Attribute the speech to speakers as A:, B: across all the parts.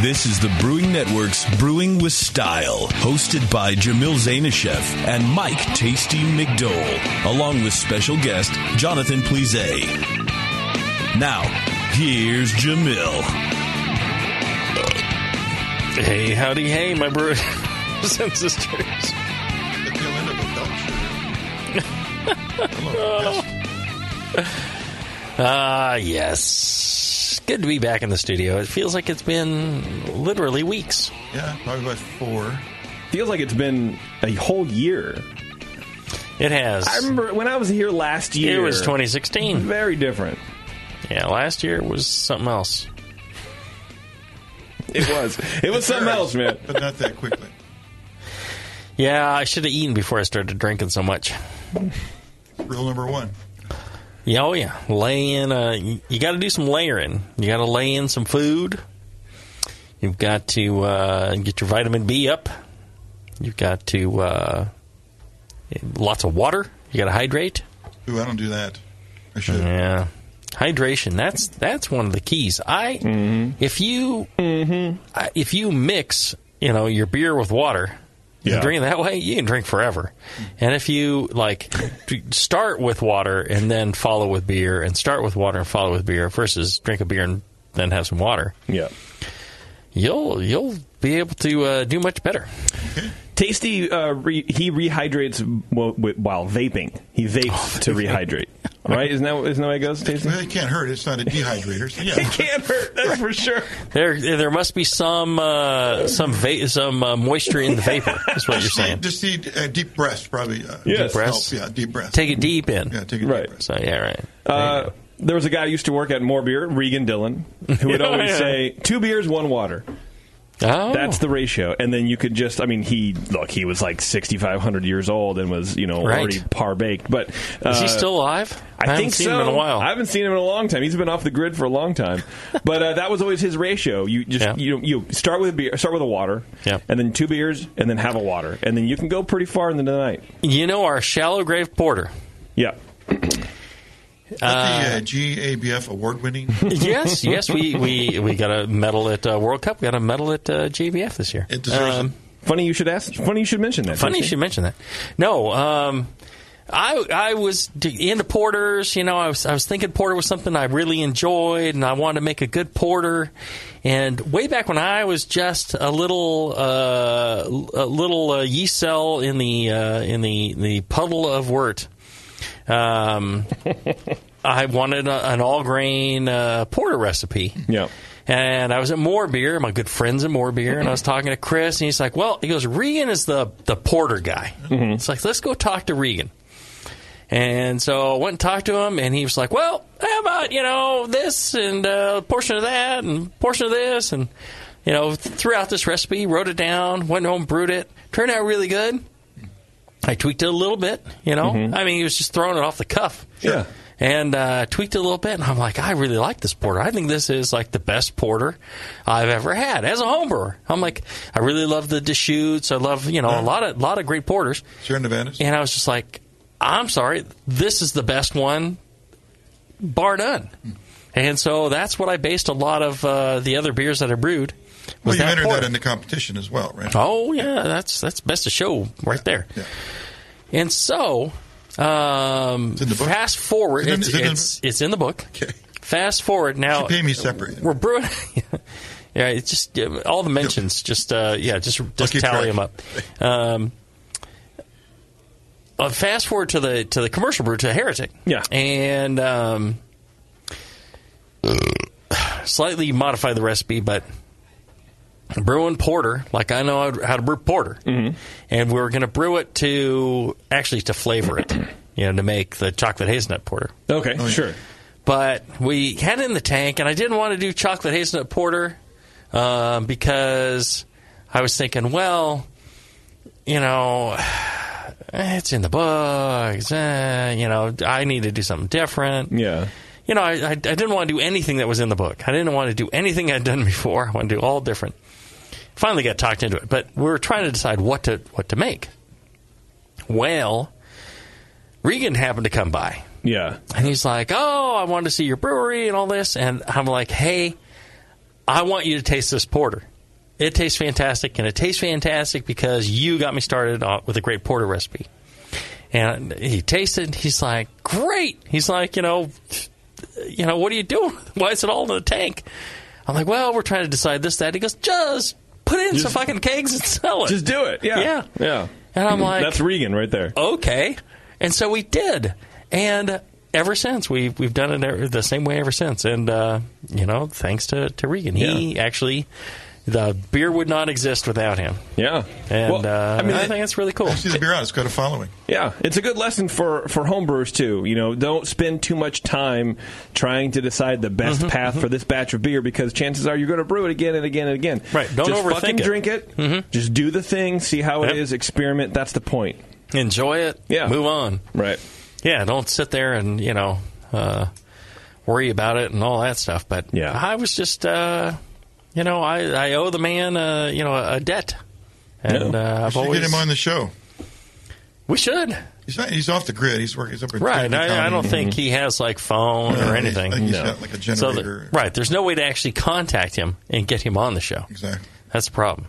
A: This is the Brewing Network's Brewing with Style, hosted by Jamil Zainashev and Mike Tasty McDowell, along with special guest Jonathan Plise. Now, here's Jamil.
B: Hey, howdy, hey, my brothers and sisters.
C: the tail end of a belt shirt. Hello. Yes.
B: Ah, yes. Good to be back in the studio. It feels like it's been literally weeks.
C: Yeah, probably about four.
D: Feels like it's been a whole year.
B: It has.
D: I remember when I was here last year.
B: it was 2016.
D: Very different.
B: Yeah, last year was something else.
D: It was. It was something else, man.
C: But not that quickly.
B: Yeah, I should have eaten before I started drinking so much.
C: Rule number one.
B: Yeah, oh yeah. Lay in, uh, y- you got to do some layering. You got to lay in some food. You've got to uh, get your vitamin B up. You've got to, uh, lots of water. You got to hydrate.
C: Ooh, I don't do that. I should.
B: Yeah. Hydration. That's that's one of the keys. I if you I- if you mix, you know, your beer with water,
D: Yeah.
B: you drink it that way, you can drink forever. And if you like d- start with water and then follow with beer and start with water and follow with beer versus drink a beer and then have some water,
D: Yeah.
B: you'll you'll be able to uh, do much better.
D: Tasty. Uh, re- he rehydrates w- w- while Oh, vaping. He vapes to rehydrate. Right? Isn't that isn't that how it goes? Tasty.
C: Well, it can't hurt. It's not a dehydrator. So yeah.
D: It can't hurt. That's for sure.
B: There there must be some uh, some va- some uh, moisture in the vapor. Is what you're
C: Just need-
B: saying.
C: Just need uh, deep breaths, probably. Uh, deep
D: Yes.
B: Breaths?
C: help. Yeah, deep breaths.
B: Take it deep in.
C: yeah, take a
D: Right.
C: deep breath.
B: So yeah, right.
D: Uh, there was a guy who used to work at More Beer, Regan Dillon, who would
B: Yeah,
D: always
B: yeah.
D: say two beers, one water.
B: Oh.
D: That's the ratio. And then you could just, I mean, he, look, he was like 6,500 years old and was, you know,
B: Right.
D: already par baked. But uh,
B: Is he still alive?
D: I,
B: haven't
D: think
B: seen
D: so.
B: him in a while.
D: I haven't seen him in a long time. He's been off the grid for a long time. but uh, that was always his ratio. You just
B: Yeah.
D: you you start with a beer, start with a water,
B: Yeah.
D: and then two beers, and then have a water, and then you can go pretty far into the night.
B: you know our shallow grave porter.
D: Yeah.
C: Not the uh, GABF award winning.
B: yes, yes, we, we, we got a medal at uh, World Cup. We got a medal at uh, JBF this year. Um,
C: It deserves it.
D: Funny you should ask. Funny you should mention that.
B: Funny you
D: Jason.
B: should mention that. No, um, I I was d- into porters. You know, I was I was thinking porter was something I really enjoyed, and I wanted to make a good porter. And way back when I was just a little uh, a little uh, yeast cell in the uh, in the the puddle of wort. Um, I wanted a, an all grain uh, porter recipe.
D: Yeah.
B: And I was at More Beer, my good friends at More Beer, and I was talking to Chris, and he's like, "Well, he goes, Regan is the the porter guy." It's like, let's go talk to Regan. And so I went and talked to him, and he was like, "Well, how about you know this and uh, portion of that and portion of this and you know threw out this recipe, wrote it down, went home, brewed it, turned out really good. I tweaked it a little bit, you know. I mean, he was just throwing it off the cuff,
D: Yeah.
B: and uh, tweaked it a little bit. And I'm like, I really like this porter. I think this is like the best porter I've ever had as a home brewer. I'm like, I really love the Deschutes. I love you know
C: Mm.
B: a lot of lot of great porters.
C: Sharon Devanis.
B: And I was just like, I'm sorry, this is the best one, bar none.
C: Mm.
B: And so that's what I based a lot of uh, the other beers that I brewed.
C: well,
B: was
C: you
B: that
C: entered
B: porter.
C: that in the competition as well, right?
B: Oh yeah, that's that's best of show right there.
C: Yeah.
B: And so, um,
C: in the book?
B: fast forward,
C: Is it in-
B: it's, it's,
C: is it in the
B: it's in the book.
C: Okay.
B: Fast forward now.
C: Pay me separate.
B: We're brewing. yeah, it's just yeah, all the mentions. Just uh, yeah, just just
C: keep
B: tally
C: track.
B: them up. Um, uh, fast forward to the to the commercial brew to Heretic.
D: Yeah.
B: and um, slightly modify the recipe, but brewing porter like I know how to brew porter,
C: Mm-hmm.
B: and we were going to brew it to actually to flavor it, you know, to make the chocolate hazelnut porter
D: Okay. Sure.
B: but we had it in the tank, and I didn't want to do chocolate hazelnut porter um, because I was thinking, well, you know, it's in the books. eh, you know, I need to do something different.
D: Yeah.
B: You know, I, I, I didn't want to do anything that was in the book. I didn't want to do anything I'd done before. I wanted to do all different. Finally, got talked into it, but we were trying to decide what to what to make. Well, Regan happened to come by.
D: Yeah.
B: And he's like, "Oh, I wanted to see your brewery and all this." And I'm like, "Hey, I want you to taste this porter. It tastes fantastic, and it tastes fantastic because you got me started on- with a great porter recipe. And he tasted. He's like, great. He's like, you know, you know, what are you doing? Why is it all in the tank? I'm like, well, we're trying to decide this, that. He goes, just put it in some fucking kegs and sell it.
D: Just do it. Yeah.
B: Yeah.
D: Yeah.
B: And I'm like,
D: That's Regan right there.
B: okay. And so we did. And ever since we we've done it ever- the same way ever since. And uh, you know, thanks to to Regan, he actually the beer would not exist without him.
D: Yeah.
B: And
D: Well,
B: uh, I,
D: mean,
B: think that's really cool.
C: See the beer on. It's got a following.
D: Yeah, it's a good lesson for for homebrewers too. You know, don't spend too much time trying to decide the best
B: Mm-hmm,
D: path for this batch of beer because chances are you're going to brew it again and again and again.
B: Right, don't
D: Just
B: overthink
D: fucking
B: it. Mm-hmm.
D: drink it. Just do the thing, see how
B: Yep.
D: it is, experiment. That's the point.
B: Enjoy it.
D: Yeah.
B: Move on.
D: Right.
B: Yeah. Don't sit there and you know uh, worry about it and all that stuff. But
D: Yeah.
B: I was just uh, you know I I owe the man uh, you know a debt. And
D: Yeah.
B: uh, I've
C: Should
B: always
C: get him on the show.
B: we should.
C: He's not. He's off the grid. He's working. He's up in
B: Right.
C: Cleveland
B: I, I
C: County.
B: don't think he has like phone
C: Uh,
B: or
C: he's-
B: anything.
C: I think he's
D: No.
C: got like a
B: So that-
C: generator.
B: right, there's no way to actually contact him and get him on the show.
C: Exactly.
B: That's the problem.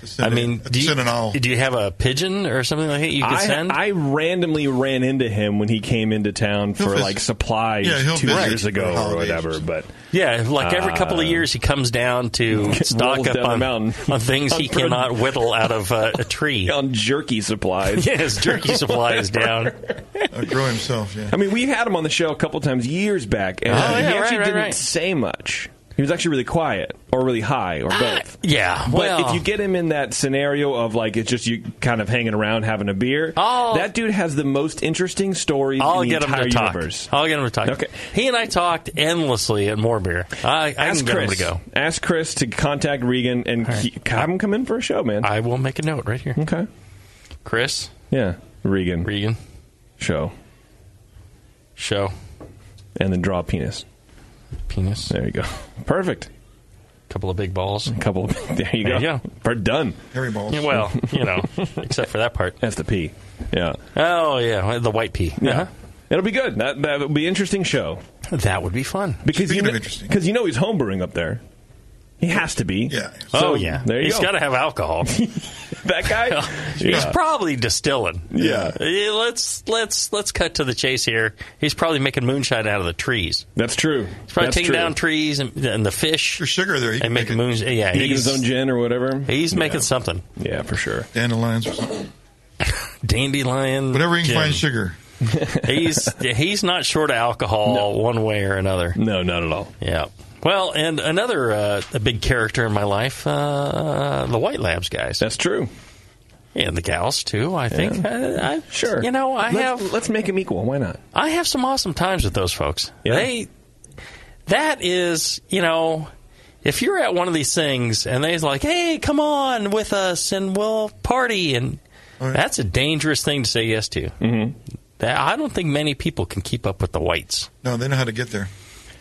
C: Just
B: I
C: send it-
B: mean, do you,
C: send an owl.
B: do you have a pigeon or something like that you could
D: I,
B: send?
D: I randomly ran into him when he came into town
C: He'll
D: for
C: visit.
D: like supplies
C: Yeah, he'll
D: two
C: visit
D: years
C: for
D: ago or
C: holidays or
D: whatever.
C: something.
D: but
B: yeah, like every couple of years he comes down to stock
D: Uh, rolls
B: up
D: down the
B: on, on
D: mountain.
B: things he cannot whittle out of uh, a tree.
D: on jerky supplies.
B: Yeah, his jerky supply is down.
C: Uh, grow himself. Yeah.
D: I mean, we had him on the show a couple times years back, and
B: Oh,
D: he
B: yeah,
D: actually
B: right, right,
D: didn't
B: right.
D: say much. He was actually really quiet, or really high, or both.
B: Yeah, Ah,
D: But
B: well,
D: if you get him in that scenario of like it's just you kind of hanging around having a beer,
B: I'll-
D: that dude has the most interesting stories
B: Oh. I'll
D: in the
B: get him
D: entire
B: to talk.
D: universe.
B: I'll get him to talk.
D: Okay.
B: He and I talked endlessly at more beer. I, I can
D: Ask
B: get him
D: Chris.
B: to go.
D: Ask Chris to contact Regan and he- have him come in for a show, man.
B: I will make a note right here.
D: okay.
B: Chris,
D: Yeah, Regan
B: Regan,
D: show,
B: show,
D: and then draw a penis.
B: penis,
D: There you go. Perfect.
B: couple of big balls.
D: Couple. Of, there you
B: There
D: go.
B: you go.
D: We're done.
C: Harry balls.
B: Yeah, well, you know, except for that part.
D: That's the P. Yeah.
B: Oh yeah, the white pea.
D: Yeah. It'll be good. That that'll be an interesting show
B: Uh-huh. that would be fun.
D: because
C: Speaking
D: you know,
C: of interesting.
D: because you know he's homebrewing up there. He has to be.
C: Yeah.
B: oh
D: So,
B: yeah,
D: There you
B: he's
D: go.
B: got to have alcohol.
D: that guy.
B: He's
D: yeah.
B: probably distilling.
D: Yeah.
B: Eh, let's let's let's cut to the chase here. He's probably making moonshine out of the trees.
D: That's true.
B: He's probably
D: That's
B: taking
D: true.
B: down trees and, and the fish
C: Your sugar there. You
B: and
C: can make
B: making
C: it
B: moonshine. Yeah,
D: making
B: he's,
D: his own gin or whatever.
B: he's making
D: yeah.
B: something.
D: Yeah, for sure.
C: dandelions or something.
B: Dandelion.
C: Whatever you can
B: gin.
C: find sugar.
B: He's he's not short of alcohol one way or another.
D: No, not at all.
B: Yeah. Well, and another uh, a big character in my life, uh, the White Labs guys
D: That's true.
B: and the gals too. I think Uh, I, I,
D: Sure.
B: You know, I
D: let's,
B: have
D: Let's make him equal. Why not?
B: I have some awesome times with those folks.
D: Yeah.
B: They that is you know. If you're at one of these things and they's like, "Hey, come on with us and we'll party," and that's a dangerous thing to say yes to. Mm-hmm. That I don't think many people can keep up with the whites.
C: No, they know how to get there.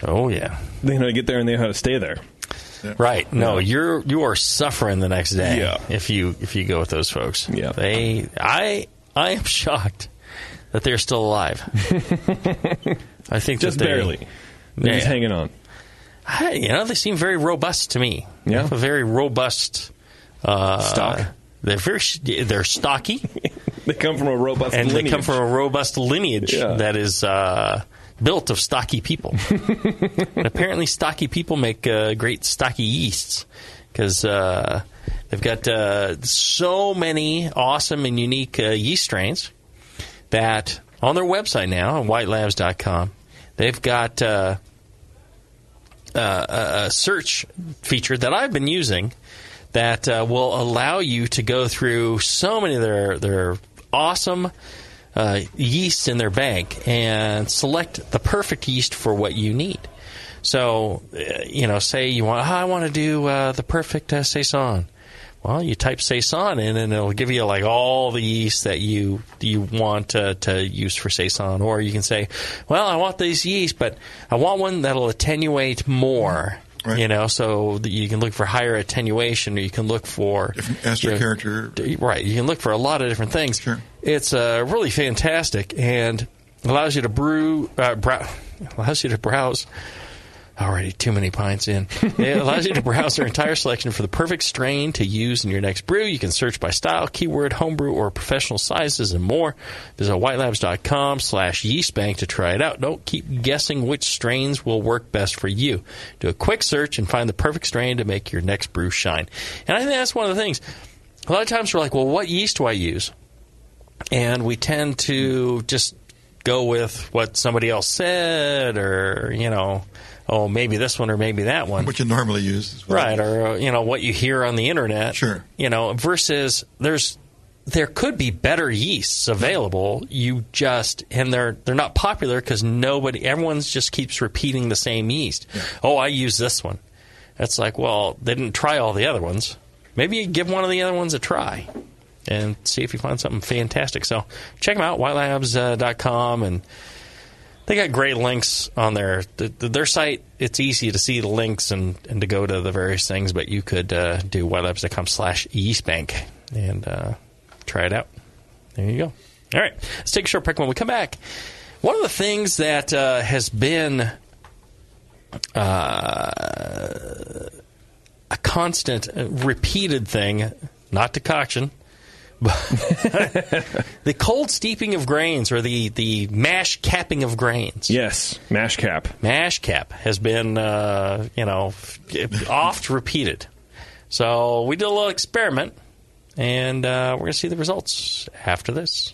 B: Oh yeah,
D: They know how to get there and they know how to stay there.
B: Right. No, you're you are suffering the next day
D: Yeah.
B: if you if you go with those folks.
D: Yeah.
B: They I I am shocked that they're still alive. I think
D: Just
B: that they,
D: barely. They're Just
B: Yeah.
D: hanging on.
B: I- you know, they seem very robust to me.
D: Yeah.
B: A very robust uh,
D: Stock.
B: They're very sh- they're stocky,
D: They come from a robust
B: and they
D: lineage.
B: come from a robust lineage
D: Yeah.
B: that is uh, built of stocky people. and apparently, stocky people make uh, great stocky yeasts because uh, they've got uh, so many awesome and unique uh, yeast strains that on their website now, on whitelabs.com, they've got. Uh, a search feature that I've been using that uh, will allow you to go through so many of their their awesome uh, yeasts in their bank and select the perfect yeast for what you need. So, uh, you know, say you want, "Ah, I want to do uh, the perfect uh, saison. Well, you type saison in, and it'll give you like all the yeast that you you want to, to use for saison. Or you can say, "Well, I want these yeast, but I want one that'll attenuate more."
C: Right.
B: You know, so that you can look for higher attenuation, or you can look for
C: Different ester
B: you know,
C: character.
B: d- Right, you can look for a lot of different things.
C: Sure.
B: It's uh, really fantastic and allows you to brew, uh, brow, allows you to browse Already too many pints in. It allows you to browse their entire selection for the perfect strain to use in your next brew. You can search by style, keyword, homebrew, or professional sizes and more. Visit whitelabs.com slash yeastbank to try it out. Don't keep guessing which strains will work best for you. Do a quick search and find the perfect strain to make your next brew shine. And I think that's one of the things. A lot of times we're like, well, what yeast do I use? and we tend to just go with what somebody else said or you know oh maybe this one or maybe that one
C: What you normally use. Is what I
B: right
C: use.
B: or uh, you know what you hear on the internet
C: Sure.
B: you know versus there's there could be better yeasts available you just and they're they're not popular because nobody everyone's just keeps repeating the same yeast oh i use this one that's like well they didn't try all the other ones maybe you give one of the other ones a try and see if you find something fantastic so check them out whitelabs.com and they got great links on their th- th- their site. It's easy to see the links and, and to go to the various things, but you could uh, do whitelabs.com slash yeastbank and uh, try it out. There you go. All right, let's take a short break. When we come back, one of the things that uh, has been uh, a constant, uh, repeated thing, not decoction, the cold steeping of grains or the, the mash capping of grains.
D: Yes, mash cap.
B: Mash cap has been, uh, you know, oft repeated. So we did a little experiment, and uh, we're going to see the results after this.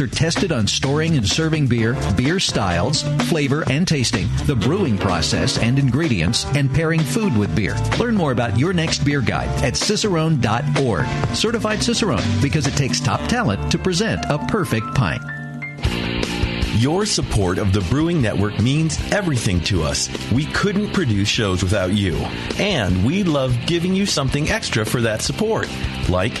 E: are tested on storing and serving beer, beer styles, flavor and tasting, the brewing process and ingredients, and pairing food with beer. Learn more about your next beer guide at cicerone.org. Certified Cicerone, because it takes top talent to present a perfect pint.
A: Your support of the Brewing Network means everything to us. We couldn't produce shows without you. And we love giving you something extra for that support, like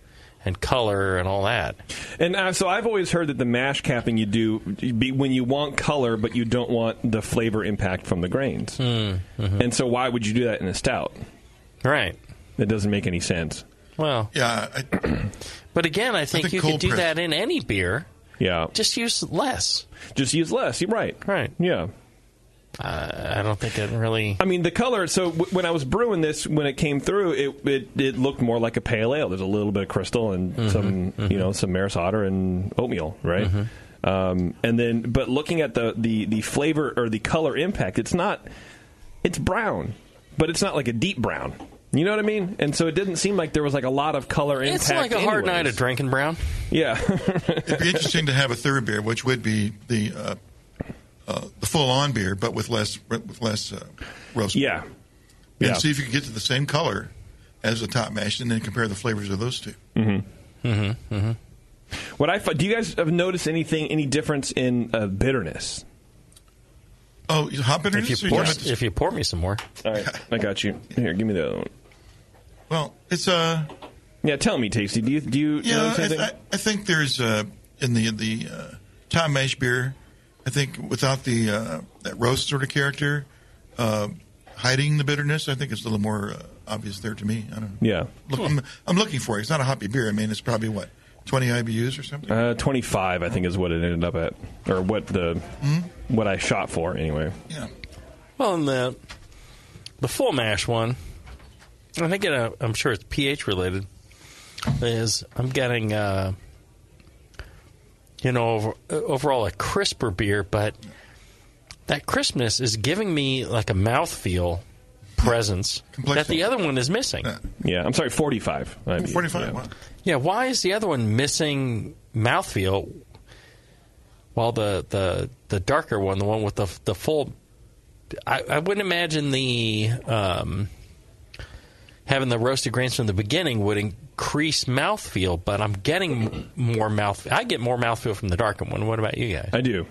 B: and color and all that.
D: And uh, so I've always heard that the mash capping you do be when you want color, but you don't want the flavor impact from the grains. And so why would you do that in a stout?
B: Right.
D: That doesn't make any sense.
B: Well,
C: Yeah, I,
B: but again, I think,
C: think
B: you could
C: cold
B: do
C: press-
B: that in any beer.
D: Yeah, just,
B: Just use less.
D: use less. You're right.
B: Right.
D: Yeah.
B: I don't think it really.
D: I mean, the color. So w- when I was brewing this, when it came through, it it, it looked more like a pale ale. There's a little bit of crystal and
B: Mm-hmm,
D: some you know some maris otter and oatmeal, right?
B: Mm-hmm.
D: Um, and then, but looking at the, the the flavor or the color impact, it's not it's brown, but it's not like a deep brown. You know what I mean? And so it didn't seem like there was like a lot of color impact.
B: It's like a hard
D: anyways.
B: night of drinking brown.
D: Yeah,
C: it'd be interesting to have a third beer, which would be the uh, uh, the full on beer, but with less with less uh, roast.
D: yeah,
C: and
D: yeah.
C: see if you can get to the same color as the top mash, and then compare the flavors of those two.
D: Mm-hmm. What I fi- do you guys have noticed anything any difference in uh, bitterness?
C: Oh, you hop bitterness.
B: If you
C: or
B: pour,
C: you don't have to-
B: if you pour me some more,
D: All right, I got you. Here, give me the.
C: well, it's uh,
D: Yeah, tell me, Tasty. Do you do you
C: yeah.
D: notice anything?
C: I, I, I think there's uh, in the the uh, top mash beer. I think without the uh, that roast sort of character, uh, hiding the bitterness, I think it's a little more uh, obvious there to me. I don't know.
D: yeah,
C: Look, I'm, I'm looking for it. It's not a hoppy beer. I mean, it's probably what 20 IBUs or something.
D: uh, twenty five. I think is what it ended up at, or what the what I shot for anyway.
C: yeah.
B: well, in the the full mash one, I think it, uh, I'm sure it's pH related. Is I'm getting uh, you know over, uh, overall a crisper beer, but that crispness is giving me like a mouthfeel presence
C: Complexion.
B: that the other one is missing.
C: Yeah.
D: Yeah, I'm sorry, forty five.
C: 45. Wow.
B: Yeah, why is the other one missing mouthfeel while the the, the darker one, the one with the the full I, I wouldn't imagine the um, having the roasted grains from the beginning would increase mouthfeel, but I'm getting more mouth. I get more mouthfeel from the darker one. What about you guys?
D: I do.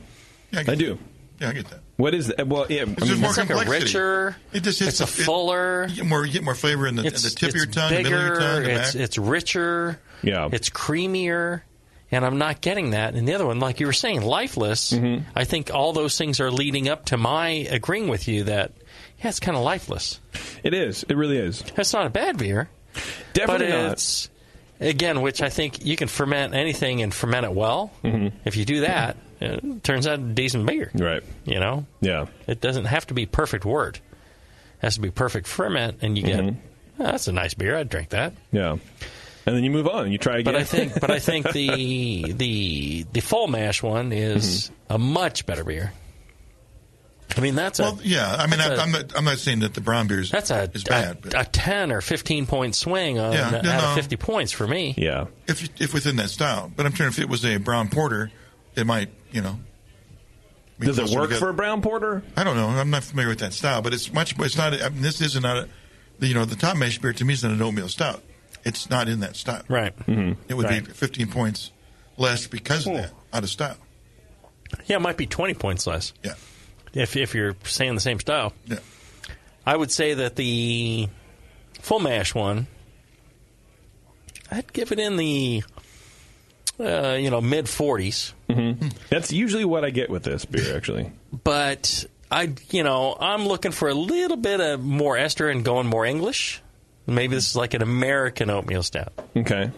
C: Yeah,
D: I
C: get
D: do.
C: that. Yeah, I get that.
D: What is that? Well, yeah. I
C: It's just
D: mean,
C: more
B: It's like a
C: complexity.
B: richer.
C: It just hits
B: it's a
C: the- it-
B: fuller.
C: You get more, you get more flavor in the, in the tip of your tongue, the middle of your tongue, the
B: it's,
C: back.
B: it's richer.
D: Yeah.
B: It's creamier. And I'm not getting that. And the other one, like you were saying, lifeless.
D: Mm-hmm.
B: I think all those things are leading up to my agreeing with you that, yeah, it's kind of lifeless.
D: it is. It really is.
B: That's not a bad beer,
D: Definitely
B: but
D: not.
B: it's, again, which I think you can ferment anything and ferment it well. If you do that, it turns out a decent beer.
D: Mm-hmm. Right.
B: You know?
D: Yeah.
B: It doesn't have to be perfect wort. It has to be perfect ferment, and you get,
D: Mm-hmm.
B: "Oh, that's a nice beer. I'd drink that.
D: Yeah. And then you move on. You try again.
B: But I think, but I think the the the full mash one is
C: Mm-hmm.
B: a much better beer. I mean, that's
C: well,
B: a
C: yeah. I mean, I,
B: that's a-
C: I'm, not, I'm not saying that the brown beer is,
B: that's a,
C: is bad,
B: a, a
C: but
B: ten or fifteen point swing on
C: Yeah,
B: out
C: no,
B: of
C: no.
B: fifty points for me.
D: yeah.
C: if, you- if within that style. But I'm sure if it was a brown porter, it might, you know. be
D: Does it
C: closer
D: work
C: together.
D: for a brown porter?
C: I don't know. I'm not familiar with that style, but it's much. It's not. I mean, this is not a. the- You know, the top mash beer to me is not an oatmeal stout. It's not in that style.
B: Right.
C: It would
B: Right.
C: be 15 points less because of that out of style.
B: Yeah, it might be twenty points less
C: Yeah.
B: if if you're saying the same style.
C: Yeah.
B: I would say that the full mash one, I'd give it in the uh, you know mid forties.
D: That's usually what I get with this beer, actually.
B: but I, you know, I'm looking for a little bit of more ester and going more English. Maybe this is like an American oatmeal stout.
D: Okay.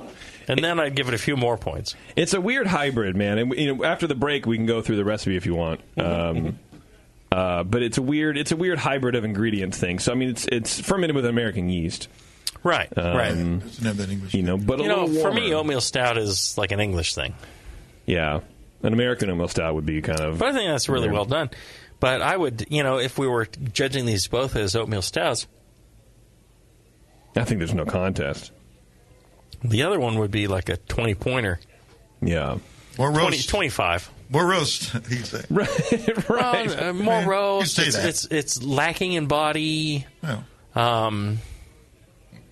B: and then I'd give it a few more points.
D: It's a weird hybrid, man. And you know, after the break, we can go through the recipe if you want. Um, uh, but it's a weird, it's a weird hybrid of ingredient thing. So I mean, it's it's fermented with American yeast,
B: Right, right.
C: Doesn't have that English.
D: you know, but
B: Mm-hmm.
D: a
B: You know,
D: little
B: for
D: warmer.
B: me, oatmeal stout is like an English thing,
D: yeah, an American oatmeal style would be kind of
B: but I think that's really well done. But I would, you know, if we were judging these both as oatmeal stouts,
D: I think there's no contest.
B: the other one would be like a twenty pointer,
D: Yeah.
C: More
B: 20,
C: roast.
B: 25.
C: More roast. He'd say.
D: right.
B: Well, uh, more
C: Man, you
B: roast.
C: say
B: It's,
C: that.
B: it's it's lacking in body.
C: Well,
B: Um,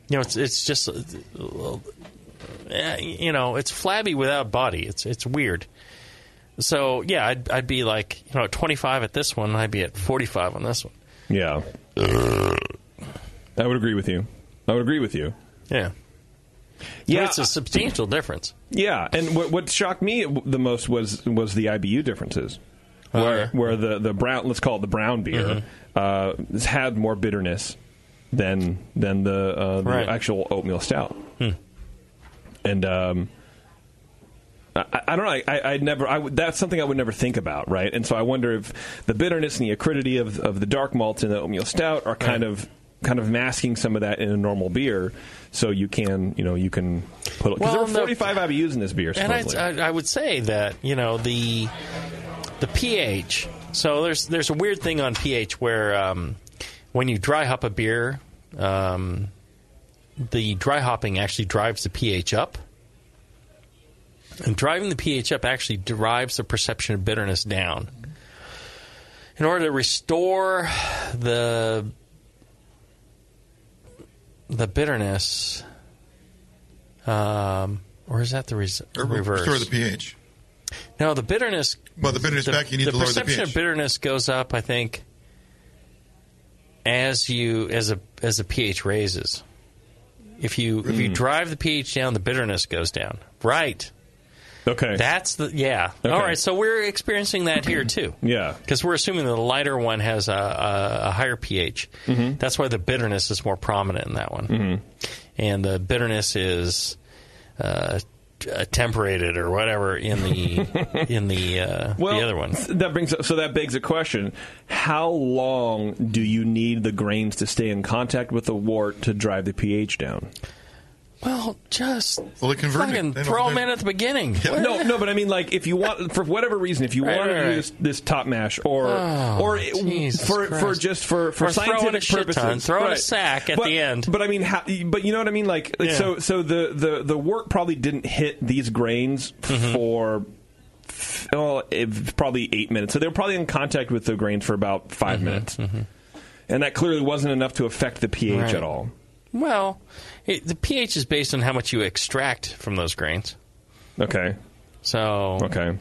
B: you know, it's it's just uh, eh, you know, it's flabby without body. It's it's weird. So yeah, I'd I'd be like you know at 25 at this one, I'd be at 45 on this one.
D: Yeah. I would agree with you. I would agree with you.
B: Yeah,
D: Yeah.
B: But it's a substantial difference.
D: Yeah, and what, what shocked me the most was was the IBU differences,
B: Oh, Mm-hmm.
D: where
B: yeah.
D: where the, the brown let's call it the brown beer uh, has had more bitterness than than the, uh, the
B: Right. Hmm.
D: actual oatmeal stout, and um, I, I- I don't know. I, I I'd never. I would, that's something I would never think about, right? And so I wonder if the bitterness and the acridity of, of the dark malts in the oatmeal stout are kind
B: Right.
D: of kind of masking some of that in a normal beer, so you can you know you can put because there
B: Well,
D: were
B: no-
D: forty five IBUs in this beer.
B: And I,
D: supposedly.
B: I I would say that you know the the pH. So there's there's a weird thing on pH where um, when you dry hop a beer, um, the dry hopping actually drives the pH up, and driving the pH up actually drives the perception of bitterness down. In order to restore the the bitterness, um, or is that the, res-
C: or
B: reverse?
C: restore the pH.
B: No, the bitterness.
C: Well, the bitterness back, you need
B: the
C: to lower the
B: perception
C: pH.
B: of bitterness goes up. I think as you as a as the pH raises. If you if
C: Mm.
B: you drive the pH down, the bitterness goes down. Right.
D: okay.
B: That's the yeah.
D: Okay.
B: All right. So we're experiencing that here too.
D: Yeah.
B: Because we're assuming the lighter one has a, a, a higher pH. That's why the bitterness is more prominent in that one, and the bitterness is uh, t- uh, temperated or whatever in the in the uh, the other one.
D: th- That brings up, so that begs a question: How long do you need the grains to stay in contact with the wort to drive the pH down?
B: Well, just
C: Well, it converted.
B: fucking
C: They don't-
B: throw them
C: they-
B: in at the beginning. What-
D: No, no, but I mean, like, if you want, for whatever reason, if you
B: Right,
D: want
B: right,
D: to
B: right.
D: use this top mash, or
B: Oh,
D: or it-
B: Jesus
D: for for
B: Christ.
D: just for for
B: Or throw in a
D: scientific
B: shit
D: purposes,
B: ton, throw in a sack at
D: But-
B: the end.
D: But I mean, how, but you know what I mean? Like, like,
B: Yeah.
D: so so the the the wort probably didn't hit these grains
B: Mm-hmm.
D: for. f- Well, it, probably eight minutes. So they were probably in contact with the grains for about 5
B: Mm-hmm.
D: minutes, and that clearly wasn't enough to affect the pH
B: Right.
D: at all.
B: Well, it, the pH is based on how much you extract from those grains.
D: Okay,
B: So
D: Okay.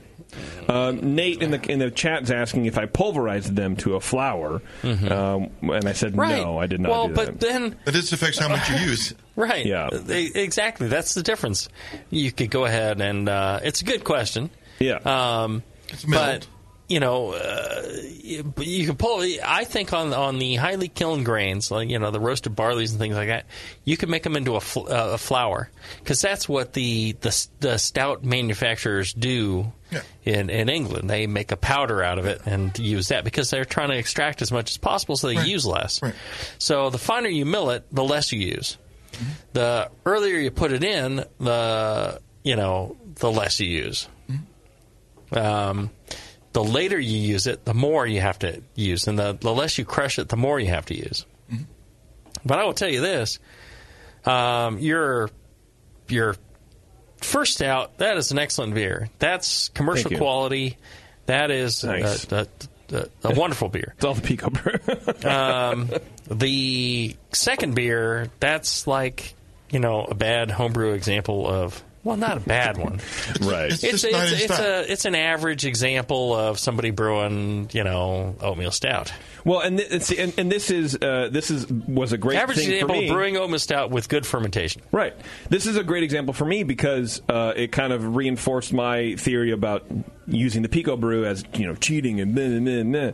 D: Um, Nate in the in the chat is asking if I pulverized them, to a flour, um, and I said
B: Mm-hmm. right.
D: no, I did not.
B: Well,
D: do
B: but
D: that.
B: then
C: But this affects how much you use.
B: Right.
D: Yeah.
B: E- Exactly. That's the difference. You could go ahead and uh, it's a good question.
D: yeah,
B: Um,
C: It's
B: but
C: mild.
B: you know, uh, you but you can pull. I think on on the highly kiln grains, like you know the roasted barley's and things like that, you can make them into a, fl- uh, a flour because that's what the, the s- the stout manufacturers do
C: Yeah.
B: in in England. They make a powder out of it and use that because they're trying to extract as much as possible, so they
C: Right.
B: use less.
C: Right.
B: So the finer you mill it, the less you use. The earlier you put it in, the you know the less you use. Um, the later you use it, the more you have to use, and the, the less you crush it, the more you have to use. But I will tell you this: um, your your first out that is an excellent beer. That's commercial
D: Thank you.
B: quality. That is a-
D: Nice.
B: a- a- a wonderful beer
D: it's all the pico brew.
B: um, the second beer, that's like, you know, a bad homebrew example of, well, not a bad one.
D: right.
C: It's
B: It's
C: just not in
B: it's, it's, a,
C: style.
B: it's an average example of somebody brewing, you know, oatmeal stout.
D: Well, and, thi- and see, and, and this is uh, this is was a great
B: Average
D: thing for
B: example
D: me.
B: of brewing oatmeal stout with good fermentation.
D: Right. This is a great example for me because uh, it kind of reinforced my theory about using the pico brew as you know cheating and meh, meh, meh.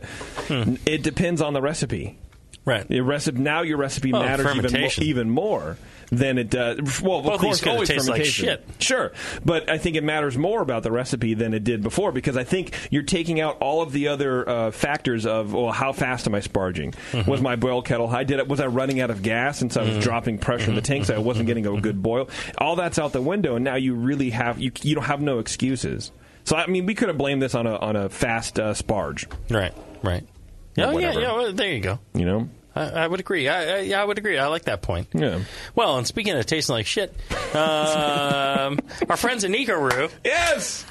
B: Hmm.
D: It depends on the recipe.
B: Right.
D: Your recipe now your recipe
B: Well,
D: matters even,
B: Oh,
D: mo-
B: fermentation.
D: even more than it does. Well,
B: Both
D: of
B: of
D: course,
B: these could
D: always
B: taste like
D: fermentation.
B: shit.
D: Sure, but I think it matters more about the recipe than it did before because I think you're taking out all of the other uh, factors of well, how fast am I sparging?
B: Mm-hmm.
D: Was my boil kettle high? Did it, was I running out of gas since I was dropping pressure in the
B: Mm-hmm.
D: tank, so I wasn't getting a good boil? All that's out the window, and now you really have you you don't have no excuses. So I mean, we could have blamed this on a on a fast uh, sparge,
B: Right, right.
D: Or
B: Oh, yeah,
D: whatever.
B: yeah, well, there you go.
D: you know?
B: I, I would agree. I, I, yeah, I would agree. I like that point.
D: Yeah.
B: Well, and speaking of tasting like shit, um, our friends at Nico Roo.
D: Yes,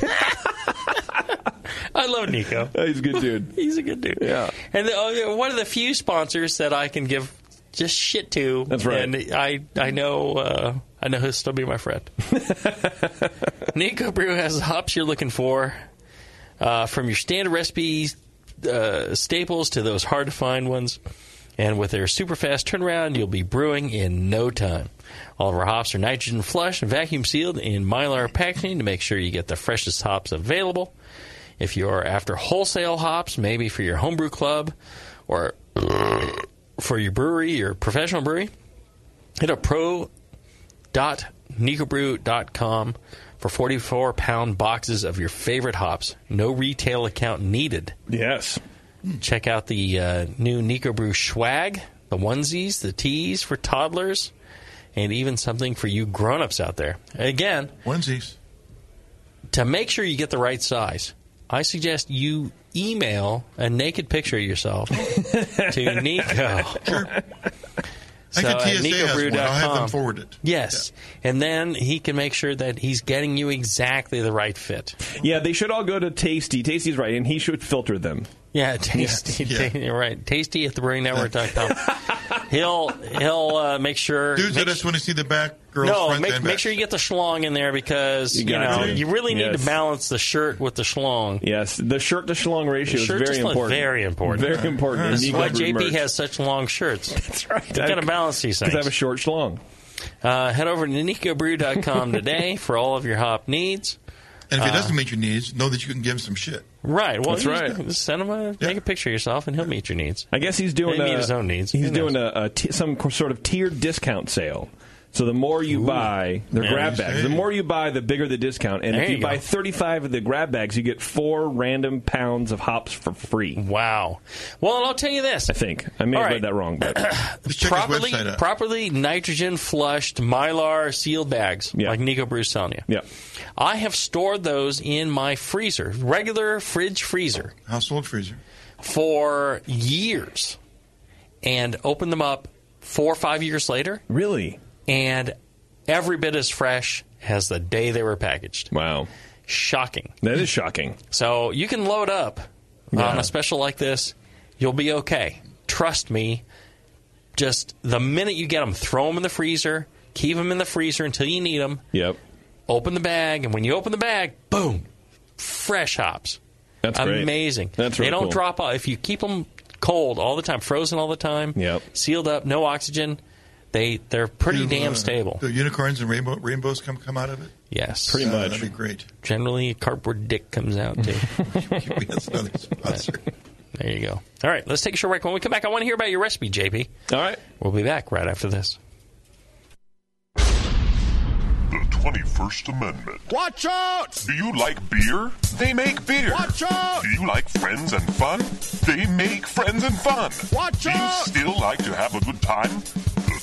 B: I love Nico.
D: he's a good dude.
B: He's a good dude.
D: Yeah.
B: And the, oh, yeah, one of the few sponsors that I can give just shit to.
D: That's right.
B: And I, I know, uh, I know he'll still be my friend. Nico Brew has the hops you're looking for, uh, from your standard recipes, uh, staples to those hard to find ones. And with their super fast turnaround, you'll be brewing in no time. All of our hops are nitrogen flushed and vacuum sealed in mylar packaging to make sure you get the freshest hops available. If you are after wholesale hops, maybe for your homebrew club or for your brewery, your professional brewery, hit up pro.nicobrew.com for 44 pound boxes of your favorite hops. No retail account needed.
D: Yes,
B: Check out the uh, new Nico Brew swag, the onesies, the tees for toddlers, and even something for you grown ups out there. Again,
C: Wednesdays.
B: to make sure you get the right size, I suggest you email a naked picture of yourself to Nico.
C: I
B: So
C: think
B: at
C: TSA has one. I'll have
B: nicobrew.com.
C: them forward it.
B: Yes. And then he can make sure that he's getting you exactly the right fit.
D: yeah. They should all go to Tasty. Tasty's right, and he should filter them.
B: Yeah, tasty.
C: Yeah.
B: ta- you're right. Tasty at the brewing network.com. he'll he'll uh, make sure
C: Dudes
B: make
C: that just want to see the back, girls
B: no,
C: front
B: make,
C: and
B: make
C: back.
B: sure you get the schlong in there because you,
D: You got
B: know
D: to.
B: you really need
D: Yes.
B: to balance the shirt with the schlong.
D: Yes, the shirt to schlong ratio
B: Shirt
D: is
B: to
D: very
B: schlong,
D: important.
B: very important.
D: Very important.
C: That's
D: And you
B: That's why
D: got
B: JP
D: merch.
B: has such long shirts. That's
D: right.
B: You got to balance these
D: Because I have
B: things.
D: a short schlong.
B: uh, head over to nicobrew.com today for all of your hop needs.
C: and if
B: uh.
C: it doesn't meet your needs, know that you can give them some shit.
B: Right. Well,
D: That's
B: you
D: right.
B: just- Just send him a
C: Yeah.
B: take a picture of yourself, and he'll meet your needs.
D: I guess he's doing
B: They meet
D: a,
B: his own needs.
D: He's
B: Who
D: doing a, a t- some co- sort of tiered discount sale. So the more you buy the
B: Yeah.
D: grab bags, the more you buy, the bigger the discount. And
B: There
D: if you,
B: you go.
D: buy 35 of the grab bags, you get four random pounds of hops for free.
B: Wow. Well, and I'll tell you this:
D: I think I may
B: All
D: have
B: right.
D: read that wrong, but
C: Just check
B: properly,
C: his website out.
B: properly nitrogen flushed Mylar sealed bags,
D: Yeah.
B: like Nico Bruce selling you.
D: yeah,
B: I have stored those in my freezer, regular fridge freezer,
C: Household freezer.
B: for years, and opened them up four or five years later,
D: really,
B: and every bit as fresh as the day they were packaged.
D: wow,
B: Shocking.
D: that is shocking.
B: So you can load up on
D: Yeah.
B: a special like this. You'll be okay. Trust me. Just the minute you get them, throw them in the freezer. Keep them in the freezer until you need them.
D: Yep,
B: Open the bag, and when you open the bag, boom, fresh hops.
D: that's great.
B: Amazing.
D: That's
B: they
D: really
B: don't
D: cool.
B: drop off. If you keep them cold all the time, frozen all the time,
D: Yep.
B: sealed up, no oxygen, they they're pretty
C: Do,
B: damn
C: uh,
B: stable.
C: Do unicorns and rainbow, rainbows come, come out of it?
B: yes.
D: Pretty
C: Uh,
D: much.
C: That'd be great.
B: Generally, a cardboard dick comes out too.
C: That's another sponsor.
B: there you go. All right, let's take a short break. When we come back, I want to hear about your recipe, JP.
D: All right.
B: We'll be back right after this.
F: The 21st Amendment.
G: Watch out!
F: Do you like beer? They make beer.
G: Watch out!
F: Do you like friends and fun? They make friends and fun.
G: Watch
F: Do you
G: out!
F: still like to have a good time? The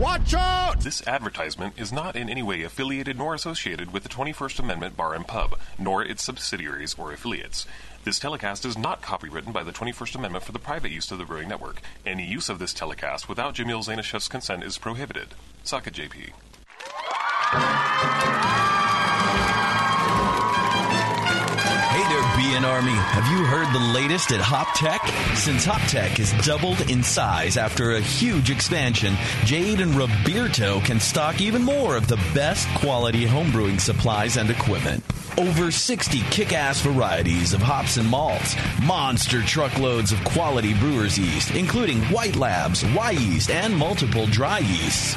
G: Watch out!
H: This advertisement is not in any way affiliated nor associated with the 21st Amendment Bar and Pub, nor its subsidiaries or affiliates. This telecast is not copywritten by the 21st Amendment for the private use of the Brewing Network. Any use of this telecast without Jamil Zainashev's consent is prohibited. Suck it, JP.
A: Hey there, Indian Army, have you heard the latest at Hop Tech? Since Hop Tech has doubled in size after a huge expansion, Jade and Roberto can stock even more of the best quality homebrewing supplies and equipment. Over 60 kick ass varieties of hops and malts, monster truckloads of quality brewer's yeast, including White Labs, Y Yeast, and multiple dry yeasts.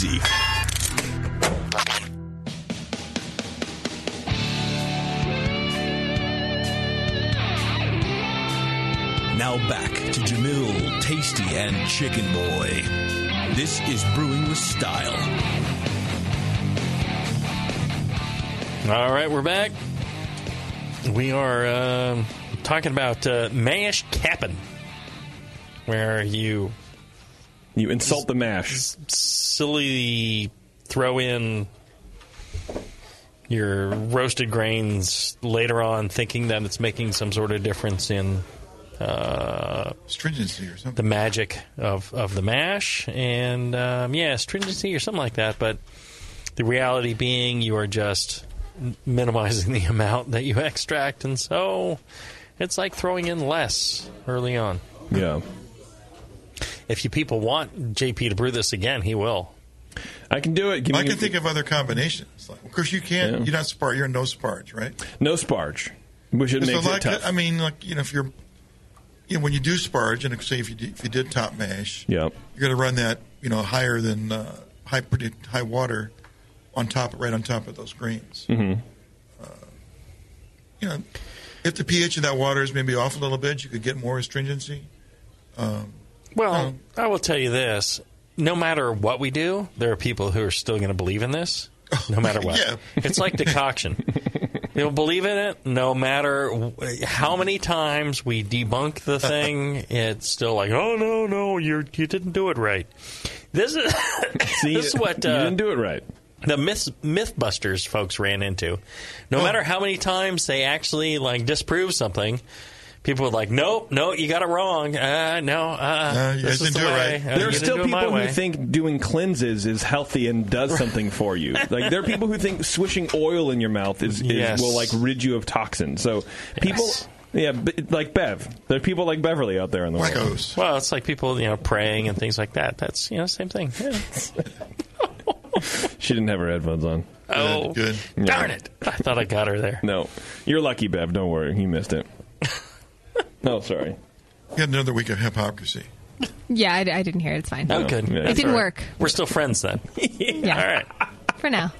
A: easy. Now back to Jamil, Tasty, and Chicken Boy. This is Brewing with Style.
B: All right, we're back. We are um, talking about uh, mash capping, where you
D: You insult the mash.
B: silly throw in your roasted grains later on, thinking that it's making some sort of difference in
C: Stringency or
B: the
C: something.
B: magic of, of the mash and um, yeah, stringency or something like that. But the reality being, you are just m- minimizing the amount that you extract, and so it's like throwing in less early on.
D: Yeah.
B: If you people want JP to brew this again, he will.
D: I can do it. Give
C: I
D: me
C: can think of other combinations. Like, of course, you can't.
D: Yeah.
C: You're not sparge. You're no sparge, right?
D: no sparge, which it
C: So,
D: makes it
C: like,
D: tough.
C: I mean, like you know, if you're, you know, when you do sparge, and say if you did, if you did top mash,
D: yeah.
C: you're going to run that you know higher than uh, high pretty high water on top right on top of those grains. Mm-hmm. Uh, you know, if the pH of that water is maybe off a little bit, you could get more astringency.
B: Well, I will tell you this: no matter what we do, there are people who are still going to believe in this, no matter what.
C: yeah.
B: It's like decoction. They'll believe in it no matter w- how many times we debunk the thing. It's still like, oh no, no, you you didn't do it right. This is
D: See,
B: this is what
D: you
B: uh,
D: didn't do it right.
B: the myth, MythBusters folks ran into. No matter how many times they actually like disprove something, people were like, "Nope, no, you got it wrong. Uh, no, uh,
C: No, you
B: this
C: didn't
B: is the
C: do it
B: way.
C: right."
B: Uh,
D: There
B: you
D: are
B: didn't
D: still
B: do it my
D: people who
B: way."
D: think doing cleanses is healthy and does something for you. Like there are people who think swishing oil in your mouth is, is
B: Yes.
D: will like rid you of toxins. So people,
B: Yes.
D: yeah, b- like Bev. There are people like Beverly out there in the world.
C: Wackos.
B: Well, it's like people, you know, praying and things like that. That's you know, same thing. Yeah.
D: She didn't have her headphones on.
B: oh,
C: good.
B: darn it! I thought I got her there.
D: No, you're lucky, Bev. Don't worry, you missed it. oh, sorry.
C: You had another week of hypocrisy.
I: Yeah, I, I didn't hear it. It's fine.
B: Oh, good.
D: Yeah.
I: it
D: That's
I: didn't
D: all right.
I: work
B: We're still friends then.
I: Yeah.
B: All right.
I: for now.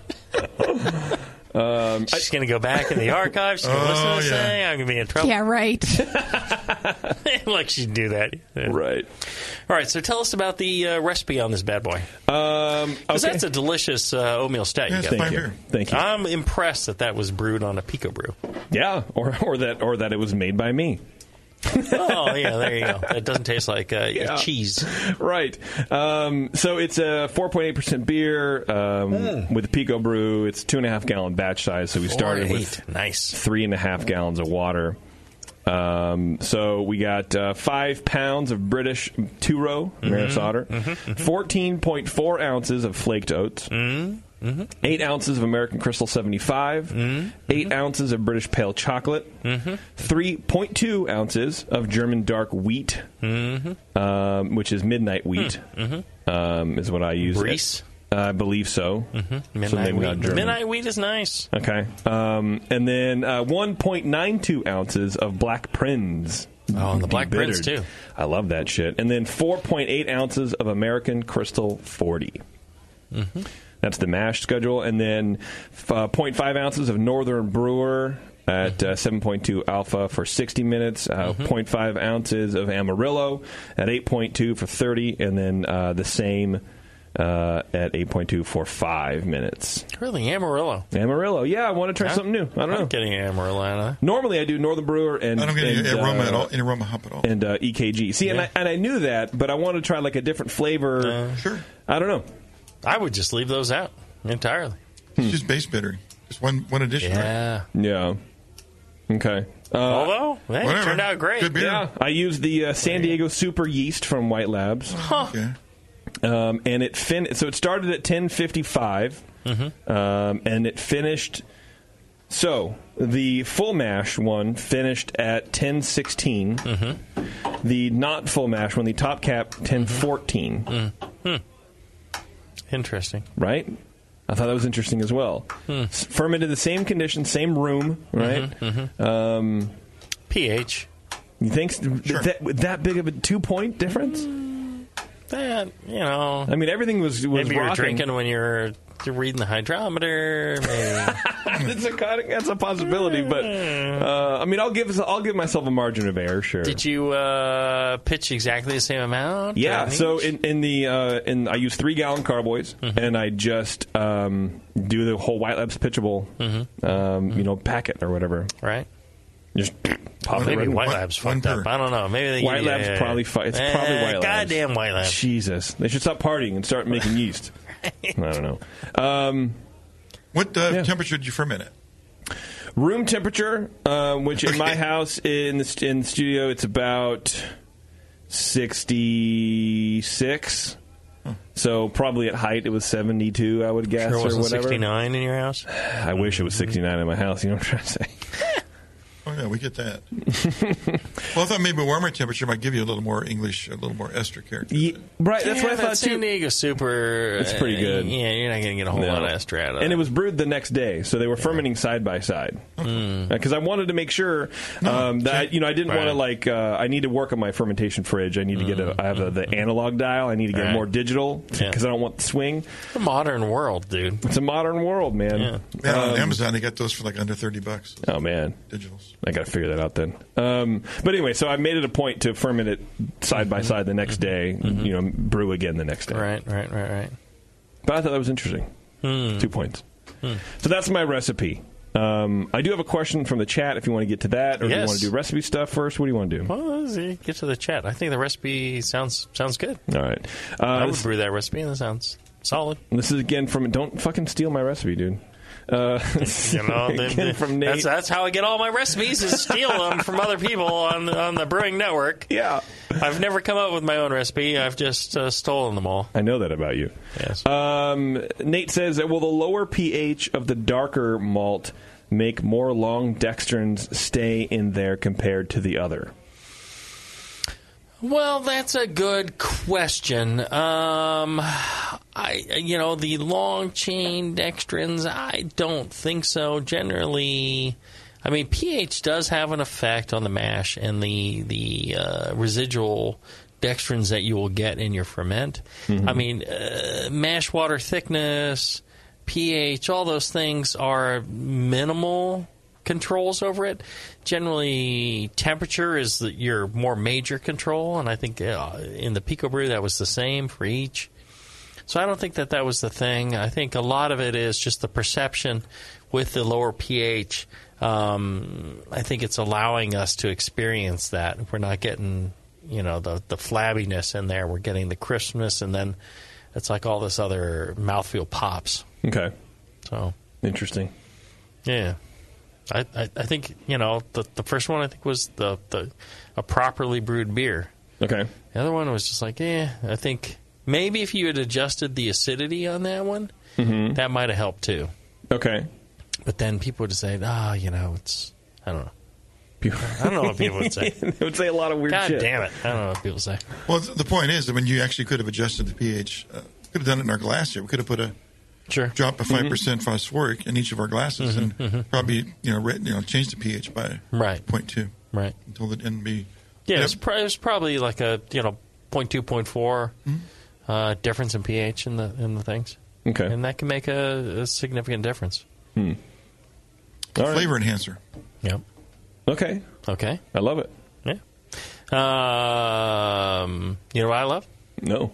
B: She's going to go back in the archives. She's going to
C: Oh,
B: listen to this
C: yeah.
B: thing. I'm going to be in trouble.
I: Yeah, right.
B: like she'd do that. Yeah.
D: Right.
B: All right. So tell us about the uh, recipe on this bad boy.
D: Um, okay.
B: 'Cause that's a delicious uh, oatmeal stout.
C: Yes,
B: you got.
C: my
D: Thank you.
C: beer.
D: Thank you.
B: I'm impressed that that was brewed on a pico brew.
D: yeah, or or that or that it was made by me.
B: Oh yeah, there you go. It doesn't taste like uh, cheese.
D: right. Um, so it's a 4.8 percent beer um, with a Pico Brew. It's two and a half gallon batch size. So we started
B: Four,
D: with
B: eight. nice.
D: three and a half gallons of water. Um, so we got uh, five pounds of British two row Maris
B: Mm-hmm.
D: Otter, fourteen point four ounces of flaked oats,
B: Mm-hmm.
D: eight ounces of American Crystal seventy
B: Mm-hmm.
D: eight ounces of British pale chocolate, point two ounces of German dark wheat,
B: Mm-hmm.
D: um, which is
B: Hmm.
D: midnight wheat, um, is what I use.
B: Brees?
D: I believe so. So
B: Mm-hmm. Midnight
D: maybe
B: wheat.
D: not German.
B: Midnight wheat is nice.
D: Okay. Um, and then uh, 1.92 ounces of Black Prince.
B: Oh, and the Black Prince,
D: Debittered.
B: too.
D: I love that shit. And then 4.8 ounces of American Crystal 40.
B: Mm-hmm.
D: That's the mash schedule. And then f- uh, 0.5 ounces of Northern Brewer at uh, 7.2 alpha for 60 minutes, uh,
B: Mm-hmm.
D: 0.5 ounces of Amarillo at 8.2 for 30, and then uh, the same uh, at 8.2 for 5 minutes.
B: Really, Amarillo.
D: Amarillo. Yeah, I want to try
B: Huh?
D: something new. I
B: I'm
D: don't know.
B: getting Amarillo. huh?
D: Normally, I do Northern Brewer and
C: I don't get
D: and,
C: any aroma
D: uh,
C: at all, any aroma hop at all.
D: and uh, EKG. See, and
B: Yeah.
D: I and I knew that, but I want to try like a different flavor.
C: sure.
D: I don't know.
B: I would just leave those out entirely.
C: It's just base bittering. Just one one addition. right?
B: Yeah.
D: Yeah. Okay. Uh,
B: Although, hey, it
C: Whatever.
B: turned out great.
C: Good beer.
D: yeah, I used the uh, San Diego Super Yeast from White
C: Oh,
D: Labs,
C: Okay.
D: um, and it fin. So it started at ten um, and it finished. So the full mash one finished at ten The not full mash one, the top cap, ten fourteen.
B: Interesting.
D: right? I thought that was interesting as well. S- Fermented the same condition, same room, right?
B: pH.
D: You think s- that with that big of a two point difference?
B: That, you know,
D: I mean, everything was was
B: maybe you're
D: rocking.
B: drinking when you're, you're reading the hydrometer. Maybe.
D: that's, a, kind of- that's a possibility, but uh, I mean, I'll give us- I'll give myself a margin of error, sure.
B: Did you uh, pitch exactly the same amount?
D: yeah,
B: on
D: so
B: each?
D: in, in the uh, in I use three gallon carboys,
B: Mm-hmm.
D: and I just um, do the whole White Labs pitchable,
B: Mm-hmm.
D: um, you know, packet or whatever.
B: right?
D: Just pop it
B: Maybe
D: right in.
B: White
C: one-
B: Labs
C: one
B: fucked up.
C: per.
B: I don't know. Maybe they,
D: White Labs probably fi- it's
B: Eh,
D: probably White Labs.
B: Goddamn White Labs.
D: Jesus, they should stop partying and start making yeast. I don't know.
C: What uh,
D: Yeah.
C: temperature did you ferment it?
D: Room temperature, um, which in my house in the, st- in the studio, it's about sixty six. Hmm. So probably at height it was seventy two, I would guess,
B: There
D: or
B: wasn't
D: whatever.
B: 69 in your house?
D: I wish it was sixty nine in my house. You know what I'm trying to say?
C: Oh yeah, we get that. well, I thought maybe a warmer temperature might give you a little more English, a little more ester character.
D: Ye- right. That's what I
B: Yeah,
D: thought
B: that San
D: too.
B: Diego Super.
D: It's pretty good.
B: uh, yeah, you're not going to get a whole
D: No.
B: lot of Estra out of that.
D: And it was brewed the next day, so they were fermenting side by side.
B: Hmm.
D: Because I wanted to make sure um, that you know I didn't want to
B: Right.
D: like uh, I need to work on my fermentation fridge. I need to get a I have a, the analog dial. I need to get
B: Mm-hmm. Right.
D: more digital because
B: Yeah.
D: I don't want the swing.
B: the modern world, dude.
D: It's a modern world, man.
C: Man, on Amazon, they got those for like under thirty bucks.
D: Oh man.
C: Digitals.
D: I got to figure that out then. Um, but anyway, so I made it a point to ferment it side
B: Mm-hmm.
D: by side the next day, you know, brew again the next day.
B: Right, right, right, right.
D: But I thought that was interesting.
B: Hmm.
D: Two points. So that's my recipe. Um, I do have a question from the chat if you want to get to that, or do you
B: Yes.
D: want to do recipe stuff first. What do you want to do?
B: Well, let's see. get to the chat. I think the recipe sounds sounds good.
D: All right.
B: I
D: Uh,
B: would
D: this,
B: brew that recipe, and that sounds solid.
D: this is again from. Don't fucking steal my recipe, dude. Uh,
B: You know,
D: again
B: they- they-
D: from Nate.
B: that's that's how I get all my recipes is steal them from other people on the- on the Brewing Network.
D: yeah.
B: I've never come up with my own recipe. I've just uh, stolen them all.
D: I know that about you.
B: Yes.
D: Um, Nate says, "Will the lower pH of the darker malt make more long dextrins stay in there compared to the other?"
B: Well, that's a good question. Um, I you know the long chain dextrins. I don't think so. Generally, I mean pH does have an effect on the mash and the the uh, residual dextrins that you will get in your ferment. I mean, uh, mash water thickness, pH, all those things are minimal controls over it. Generally, temperature is the, your more major control, and I think uh, in the Pico Brew that was the same for each. So I don't think that that was the thing. I think a lot of it is just the perception with the lower pH. Um, I think it's allowing us to experience that. We're not getting, you know, the the flabbiness in there. We're getting the crispness, and then it's like all this other mouthfeel pops.
D: Okay,
B: So
D: interesting.
B: yeah. I, I, I think you know the the first one I think was the, the a properly brewed beer.
D: Okay.
B: The other one was just like, eh. I think maybe if you had adjusted the acidity on that one, that might have helped too.
D: Okay.
B: But then people would say, ah, you know, it's I don't know. I don't know what people would say.
D: it would say a lot of weird
B: God
D: shit.
B: damn it! I don't know what people say.
C: Well, th- the point is, I mean, you actually could have adjusted the pH. Uh, could have done it in our glass here. We could have put a
B: Sure.
C: drop of 5% percent phosphoric in each of our glasses and probably, you know, re- you know, change the pH by
B: Right.
C: 0.2
B: Right.
C: until the end be.
B: Yeah,
C: Yep.
B: it's, pro- it's probably like a you know 0.2, 0.4 uh, difference in pH in the in the things,
D: Okay.
B: and that can make a, a significant difference.
D: All right.
C: flavor enhancer.
B: Yep.
D: Okay.
B: Okay.
D: I love it.
B: Yeah. Um, you know what I love?
D: No.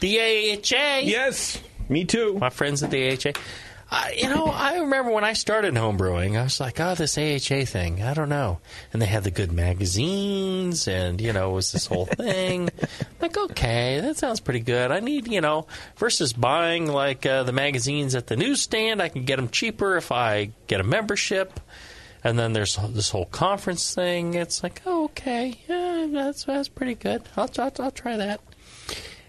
B: The AHA.
D: Yes. Me too.
B: My friends at the AHA. I, you know, I remember when I started homebrewing, I was like, oh, this AHA thing, I don't know. And they had the good magazines, and, you know, it was this whole thing. like, okay, that sounds pretty good. I need, you know, versus buying, like, uh, the magazines at the newsstand, I can get them cheaper if I get a membership. And then there's this whole conference thing. It's like, oh, okay, yeah, that's, that's pretty good. I'll, I'll, I'll try that.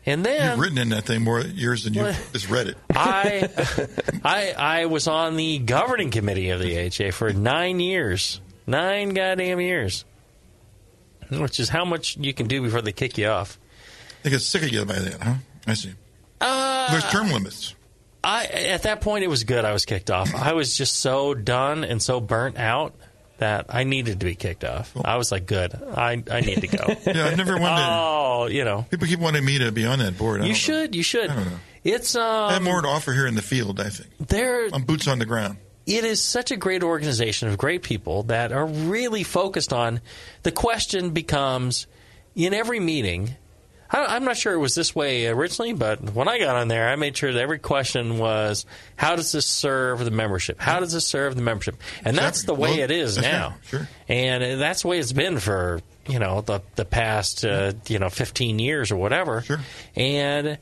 B: And then.
C: You've written in that thing more years than you
B: Um, What?
C: just read it.
B: I, I, I was on the governing committee of the AHA for nine years, nine goddamn years, which is how much you can do before they kick you off.
C: They get sick of you by that, huh? I see.
B: Uh,
C: There's term limits.
B: I at that point it was good. I was kicked off. I was just so done and so burnt out that I needed to be kicked off. I was like, good, I, I need to go.
C: Yeah, I've never wanted.
B: oh, you know,
C: people keep wanting me to be on that board. I
B: you
C: don't know.
B: should, you should.
C: I don't know.
B: It's
C: I have
B: um,
C: more to offer here in the field, I think.
B: there.
C: I'm boots on the ground.
B: it is such a great organization of great people that are really focused on the question becomes in every meeting I, i'm not sure it was this way originally but when i got on there i made sure that every question was how does this serve the membership how does this serve the membership and that's the
C: Exactly.
B: way
C: Well,
B: it is
C: that's
B: now
C: right. Sure.
B: and that's the way it's been for you know the the past uh, you know 15 years or whatever
C: Sure.
B: and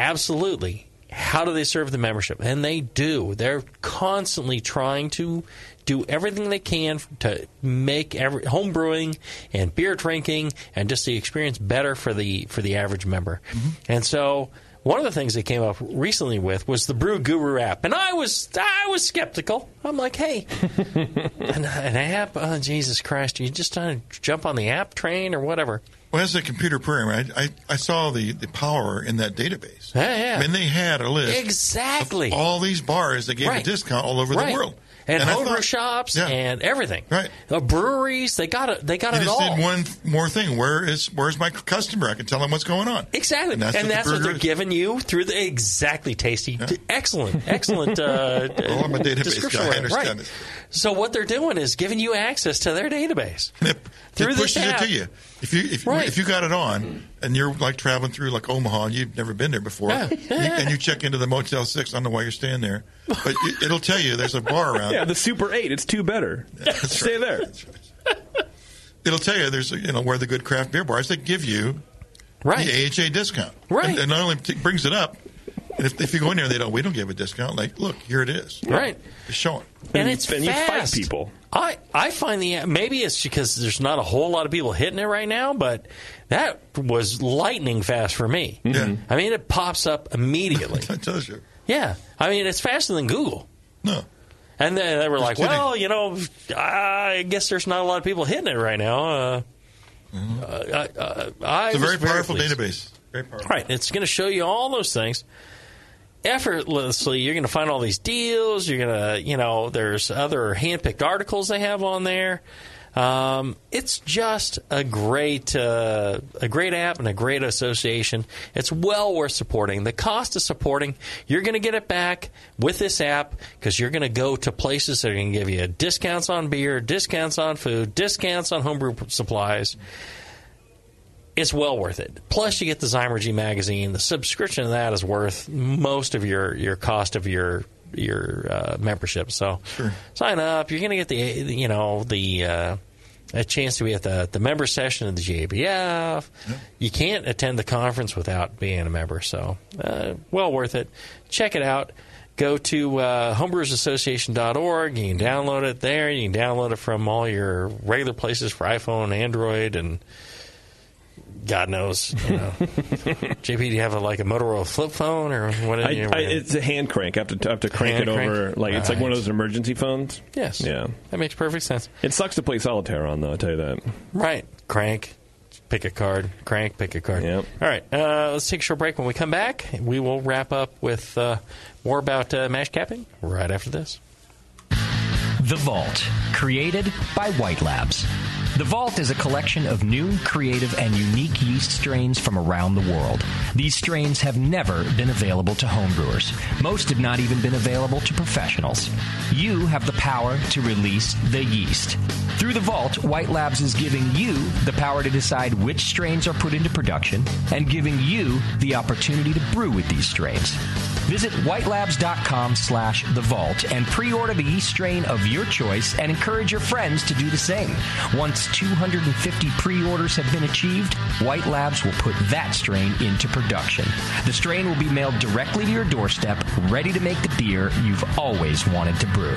B: absolutely how do they serve the membership and they do they're constantly trying to do everything they can to make every, home brewing and beer drinking and just the experience better for the for the average member and so one of the things they came up recently with was the Brew Guru app, and I was I was skeptical. I'm like, hey, an, an app? Oh, Jesus Christ! Are you just trying to jump on the app train or whatever?
C: Well, as a computer program, I, I, I saw the, the power in that database.
B: Yeah, yeah.
C: I mean, they had a list.
B: Exactly.
C: Of all these bars that gave
B: Right.
C: a discount all over
B: right.
C: the world.
B: and,
C: I
B: homebrew
C: thought-
B: shops
C: yeah.
B: and everything.
C: Right.
B: the breweries they got it. They got
C: They
B: it
C: just
B: all.
C: need one th- more thing. Where is where's my customer? I can tell them what's going on.
B: Exactly, and that's,
C: the
B: what,
C: burger
B: they're
C: is.
B: giving you through the exactly tasty, excellent, excellent. Uh,
C: Oh, I'm a database
B: description
C: guy. I
B: word.
C: understand
B: right.
C: this.
B: So what they're doing is giving you access to their database
C: It,
B: through
C: it
B: this
C: pushes it
B: app.
C: to you. If you if,
B: Right.
C: if you got it on and you're like traveling through like Omaha and you've never been there before,
B: Yeah.
C: you- and you check into the Motel Six, I don't know why you're staying there, but it, it'll tell you there's a bar around.
D: Yeah, the Super 8. It's two better. Stay there.
C: It'll tell you there's you know where the good craft beer bars. They give you
B: Right.
C: the AHA discount,
B: Right.
C: And, and not only t- brings it up, and if, if you go in there, and they don't. We don't give a discount. Like, look, here it is.
B: Right.
C: It's showing.
B: and it's
D: and you fight
B: fast.
D: people.
B: I I find the maybe it's because there's not a whole lot of people hitting it right now, but that was lightning fast for me.
C: Yeah.
B: I mean, it pops up immediately.
C: It tells you.
B: yeah, I mean, it's faster than Google.
C: No.
B: And they, they were like,
C: kidding.
B: "Well, you know, I guess there's not a lot of people hitting it right now." Uh, uh, uh, uh, I
C: Mm-hmm. It's a
B: was
C: very powerful
B: pleased.
C: database. Very powerful.
B: Right. It's going to show you all those things effortlessly. You're going to find all these deals. You're going to, you know, there's other handpicked articles they have on there. Um, it's just a great, uh, a great app and a great association. It's well worth supporting. The cost of supporting, you're going to get it back with this app because you're going to go to places that are going to give you discounts on beer, discounts on food, discounts on homebrew supplies it's well worth it. Plus, you get the Zymergy magazine. The subscription to that is worth most of your, your cost of your your uh, membership. So sign up. You're going to get the you know the uh, a chance to be at the the member session of the GABF. You can't attend the conference without being a member. So uh, well worth it. Check it out. go to uh, homebrewersassociation.org. You can download it there. You can download it from all your regular places for iPhone, Android, and God knows. You know. JP, do you have a, like a Motorola flip phone or what?
D: I, I, it's a hand crank. I have to, I have to crank
B: Hand
D: it
B: crank?
D: over. Like it's like one of
B: Right.
D: those emergency phones.
B: yes.
D: Yeah.
B: That makes perfect sense.
D: It sucks to play solitaire on, though. I tell you that.
B: Right. Crank. Pick a card. Crank. Pick a card.
D: Yep.
B: All right. Uh, let's take a short break. When we come back, we will wrap up with uh, more about uh, mash capping right after this.
J: The Vault, created by White Labs. The Vault is a collection of new, creative, and unique yeast strains from around the world. These strains have never been available to homebrewers. Most have not even been available to professionals. You have the power to release the yeast. Through the Vault, White Labs is giving you the power to decide which strains are put into production and giving you the opportunity to brew with these strains. Visit whitelabs.com slash the vault and pre-order the yeast strain of your choice and encourage your friends to do the same. Once 250 pre-orders have been achieved, White Labs will put that strain into production. The strain will be mailed directly to your doorstep, ready to make the beer you've always wanted to brew.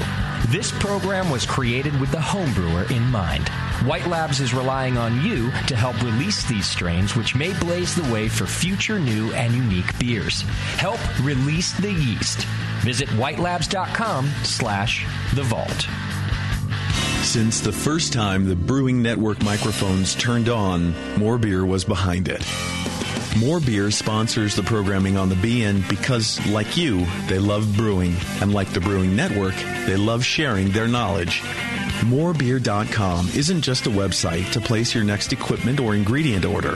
J: This program was created with the homebrewer in mind. White Labs is relying on you to help release these strains, which may blaze the way for future new and unique beers. Help release the yeast. Visit whitelabs.com slash the vault.
A: Since the first time the Brewing Network microphones turned on, More Beer was behind it. More Beer sponsors the programming on the BN because, like you, they love brewing, and like the Brewing Network, they love sharing their knowledge. Morebeer.com isn't just a website to place your next equipment or ingredient order.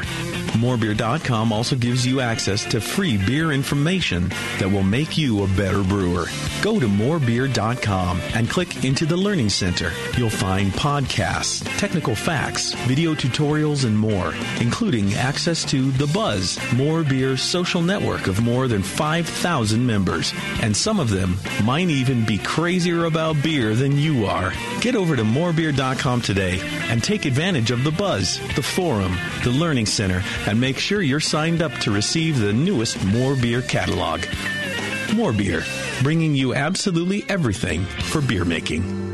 A: Morebeer.com also gives you access to free beer information that will make you a better brewer. Go to morebeer.com and click into the Learning Center. You'll find podcasts, technical facts, video tutorials, and more, including access to The Buzz, More Beer's social network of more than 5,000 members. And some of them might even be crazier about beer than you are. Get over to morebeer.com today and take advantage of The Buzz, the forum, the Learning Center, and make sure you're signed up to receive the newest More Beer catalog. More Beer, bringing you absolutely everything for beer making.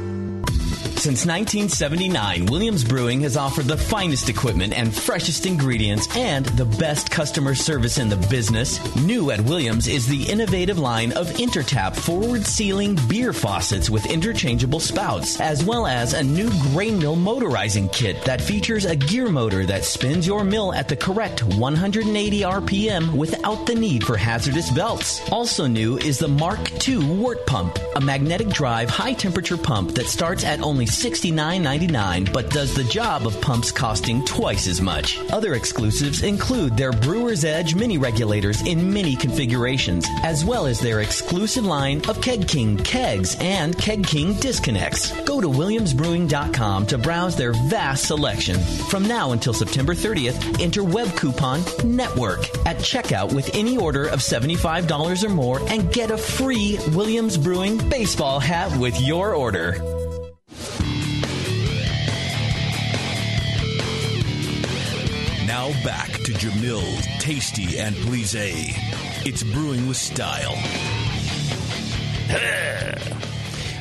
E: Since 1979, Williams Brewing has offered the finest equipment and freshest ingredients and the best customer service in the business. New at Williams is the innovative line of Intertap forward sealing beer faucets with interchangeable spouts, as well as a new grain mill motorizing kit that features a gear motor that spins your mill at the correct 180 RPM without the need for hazardous belts. Also new is the Mark II wart pump, a magnetic drive high temperature pump that starts at only $69.99 but does the job of pumps costing twice as much. Other exclusives include their Brewer's Edge mini regulators in many configurations, as well as their exclusive line of Keg King kegs and Keg King disconnects. Go to WilliamsBrewing.com to browse their vast selection. From now until September 30th, enter web coupon NETWORK at checkout with any order of $75 or more and get a free Williams Brewing baseball hat with your order.
A: Now back to Jamil, Tasty, and Blise. It's brewing with style.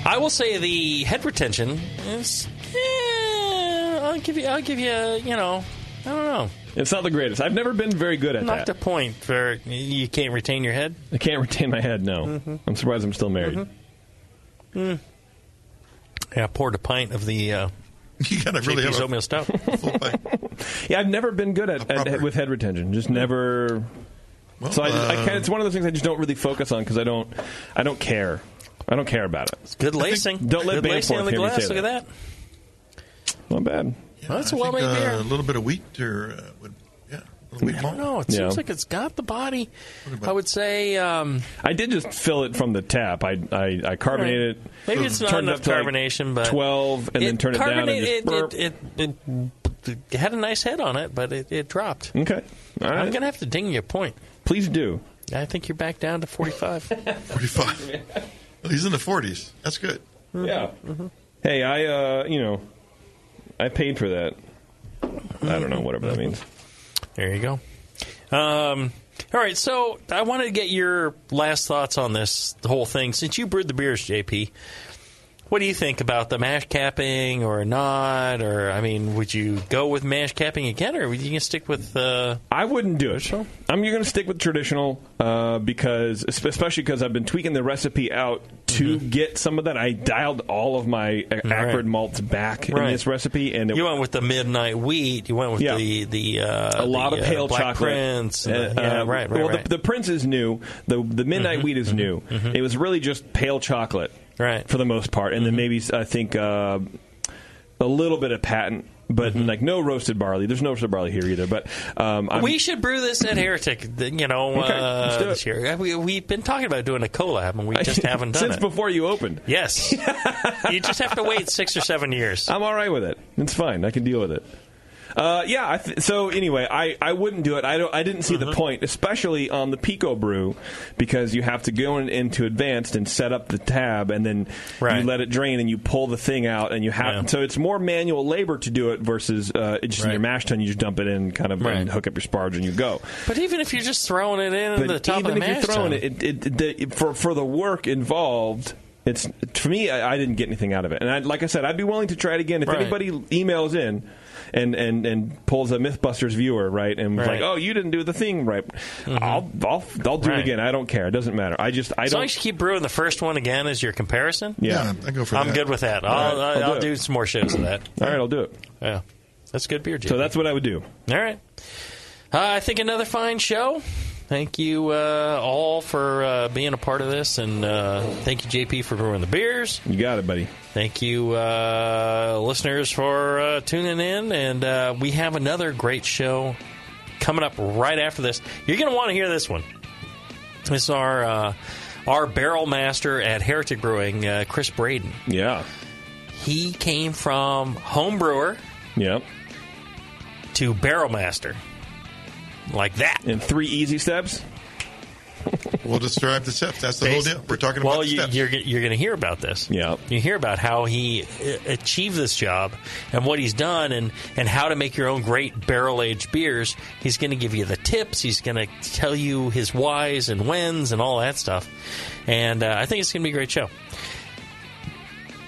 B: I will say the head retention is. eh, I'll give you. I'll give you. You know, I don't know.
D: It's not the greatest. I've never been very good at
B: Not
D: that.
B: the point for you can't retain your head.
D: I can't retain my head. No,
C: Mm-hmm.
D: I'm surprised I'm still married.
B: Yeah, I poured a pint of the uh,
C: You gotta really
B: JP's
C: have
B: oatmeal stout.
C: a full pipe.
D: Yeah, I've never been good at,
C: A
D: at-
C: proper-
D: with head retention. Just never.
C: Well,
D: So I, just, I
C: uh,
D: can't, it's one of those things I just don't really focus on because I don't. I don't care. I don't care about it.
B: Good lacing.
D: don't let
B: Good
D: Banner
B: lacing on the
D: Fork hear me
B: glass.
D: say
B: Look at that.
D: Not bad.
B: Well, that's
C: I
B: a well made
C: think, uh, A
B: beer.
C: little bit of wheat or uh, would, yeah, a little wheat
B: I don't know.
C: malt.
B: It seems
D: Yeah.
B: like it's got the body.
C: about-
B: I would say. Um,
D: I did just fill it from the tap. I I, I carbonated
B: Right.
D: it.
B: Maybe it's not
D: turned it
B: enough
D: up to like
B: carbonation, but
D: twelve, and then turn it down. And
B: carbonate-
D: just burp.
B: it, it, it, it, it had a nice head on it, but it, it dropped.
D: okay, all
B: I'm
D: right.
B: gonna have to ding you a point.
D: Please do.
B: I think you're back down to 45.
C: 45. Well, he's in the 40s. That's good.
B: Mm-hmm.
D: Yeah. Hey, I uh, you know, I paid for that. I don't know whatever that means.
B: there you go. Um, All right, so I wanted to get your last thoughts on this the whole thing. Since you brewed the beers, JP, what do you think about the mash capping or not? Or I mean, would you go with mash capping again, or would you gonna stick with? Uh,
D: I wouldn't do it. I'm going to stick with traditional uh, because, es- especially because I've been tweaking the recipe out to
B: Mm-hmm.
D: get some of that. I dialed all of my uh, acrid malts back
B: Right.
D: in this recipe, and it,
B: you went with the midnight wheat. You went with
D: Yeah.
B: the the uh,
D: a lot
B: the,
D: of pale
B: uh, Black
D: chocolate.
B: Prince and
D: Uh,
B: the- yeah,
D: uh,
B: right, right,
D: well,
B: right. Mm-hmm.
D: The, the Prince is new. The the Midnight Wheat is new. It was really just pale chocolate, right, for the most part, and then maybe
B: Mm-hmm.
D: s- I think uh, a little bit of patent, but
B: Mm-hmm.
D: like no roasted barley. There's no roasted barley here either. But um, I'm,
B: we should brew this at Heretic, th- you know,
D: Okay, let's
B: uh,
D: do it.
B: this year. We, we've been talking about doing a collab, and we just haven't done
D: since
B: it.
D: before you opened.
B: Yes. you just have to wait six or seven years.
D: I'm all right with it. It's fine. I can deal with it. Uh, yeah. I th- so anyway, I, I wouldn't do it. I don't. I didn't see the point, especially on the Pico Brew, because you have to go in, into advanced and set up the tab, and then you let it drain, and you pull the thing out, and you have. So it's more manual labor to do it versus uh, it's just in your mash tun. You just dump it in, kind of, and hook up your sparge, and you go.
B: But even if you're just throwing it in at
D: But
B: the top
D: even
B: of the
D: if
B: mash
D: you're throwing
B: tun,
D: it, it, it, the, for for the work involved, it's for me. I, I didn't get anything out of it, and I, like I said, I'd be willing to try it again if
B: Right.
D: anybody emails in and and and pulls a MythBusters viewer right and was
B: Right. Mm-hmm.
D: like, oh, you didn't do the thing right. I'll, I'll I'll do
B: Right.
D: it again. I don't care. It doesn't matter. I just I
B: as long
D: don't.
B: as you keep brewing the first one again as your comparison,
D: Yeah. Yeah, I go for
B: I'm
D: that.
B: good with that. I'll,
D: All right,
B: I'll,
D: I'll
B: I'll,
D: do
B: do,
D: it.
B: some more shows of that.
D: All right, I'll do it.
B: Yeah, that's good beer. JP.
D: So that's what I would do.
B: All right. Uh, I think another fine show. Thank you uh, all for uh, being a part of this, and uh, thank you, JP, for brewing the beers.
D: You got it, buddy.
B: Thank you, uh, listeners, for uh, tuning in, and uh, we have another great show coming up right after this. You're going to want to hear this one. It's our uh, our barrel master at Heretic Brewing, uh, Chris Braden.
D: Yeah,
B: he came from home brewer.
D: Yep.
B: To barrel master, like that
D: in three easy steps.
C: we'll describe the steps. That's the whole deal. We're talking about
B: well,
C: the
B: you,
C: steps.
B: you're you're going to hear about this.
D: Yeah,
B: you hear about how he uh, achieved this job and what he's done, and and how to make your own great barrel aged beers. He's going to give you the tips. He's going to tell you his whys and whens and all that stuff. And uh, I think it's going to be a great show.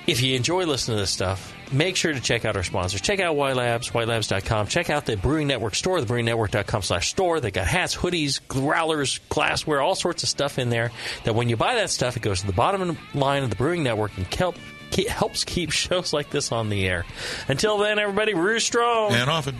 B: If you enjoy listening to this stuff, make sure to check out our sponsors. Check out White Labs, whitelabs.com. Check out the Brewing Network store, thebrewingnetwork.com slash store. They got hats, hoodies, growlers, glassware, all sorts of stuff in there that when you buy that stuff, it goes to the bottom line of the Brewing Network and help, ke- helps keep shows like this on the air. Until then, everybody, brew strong.
C: and often.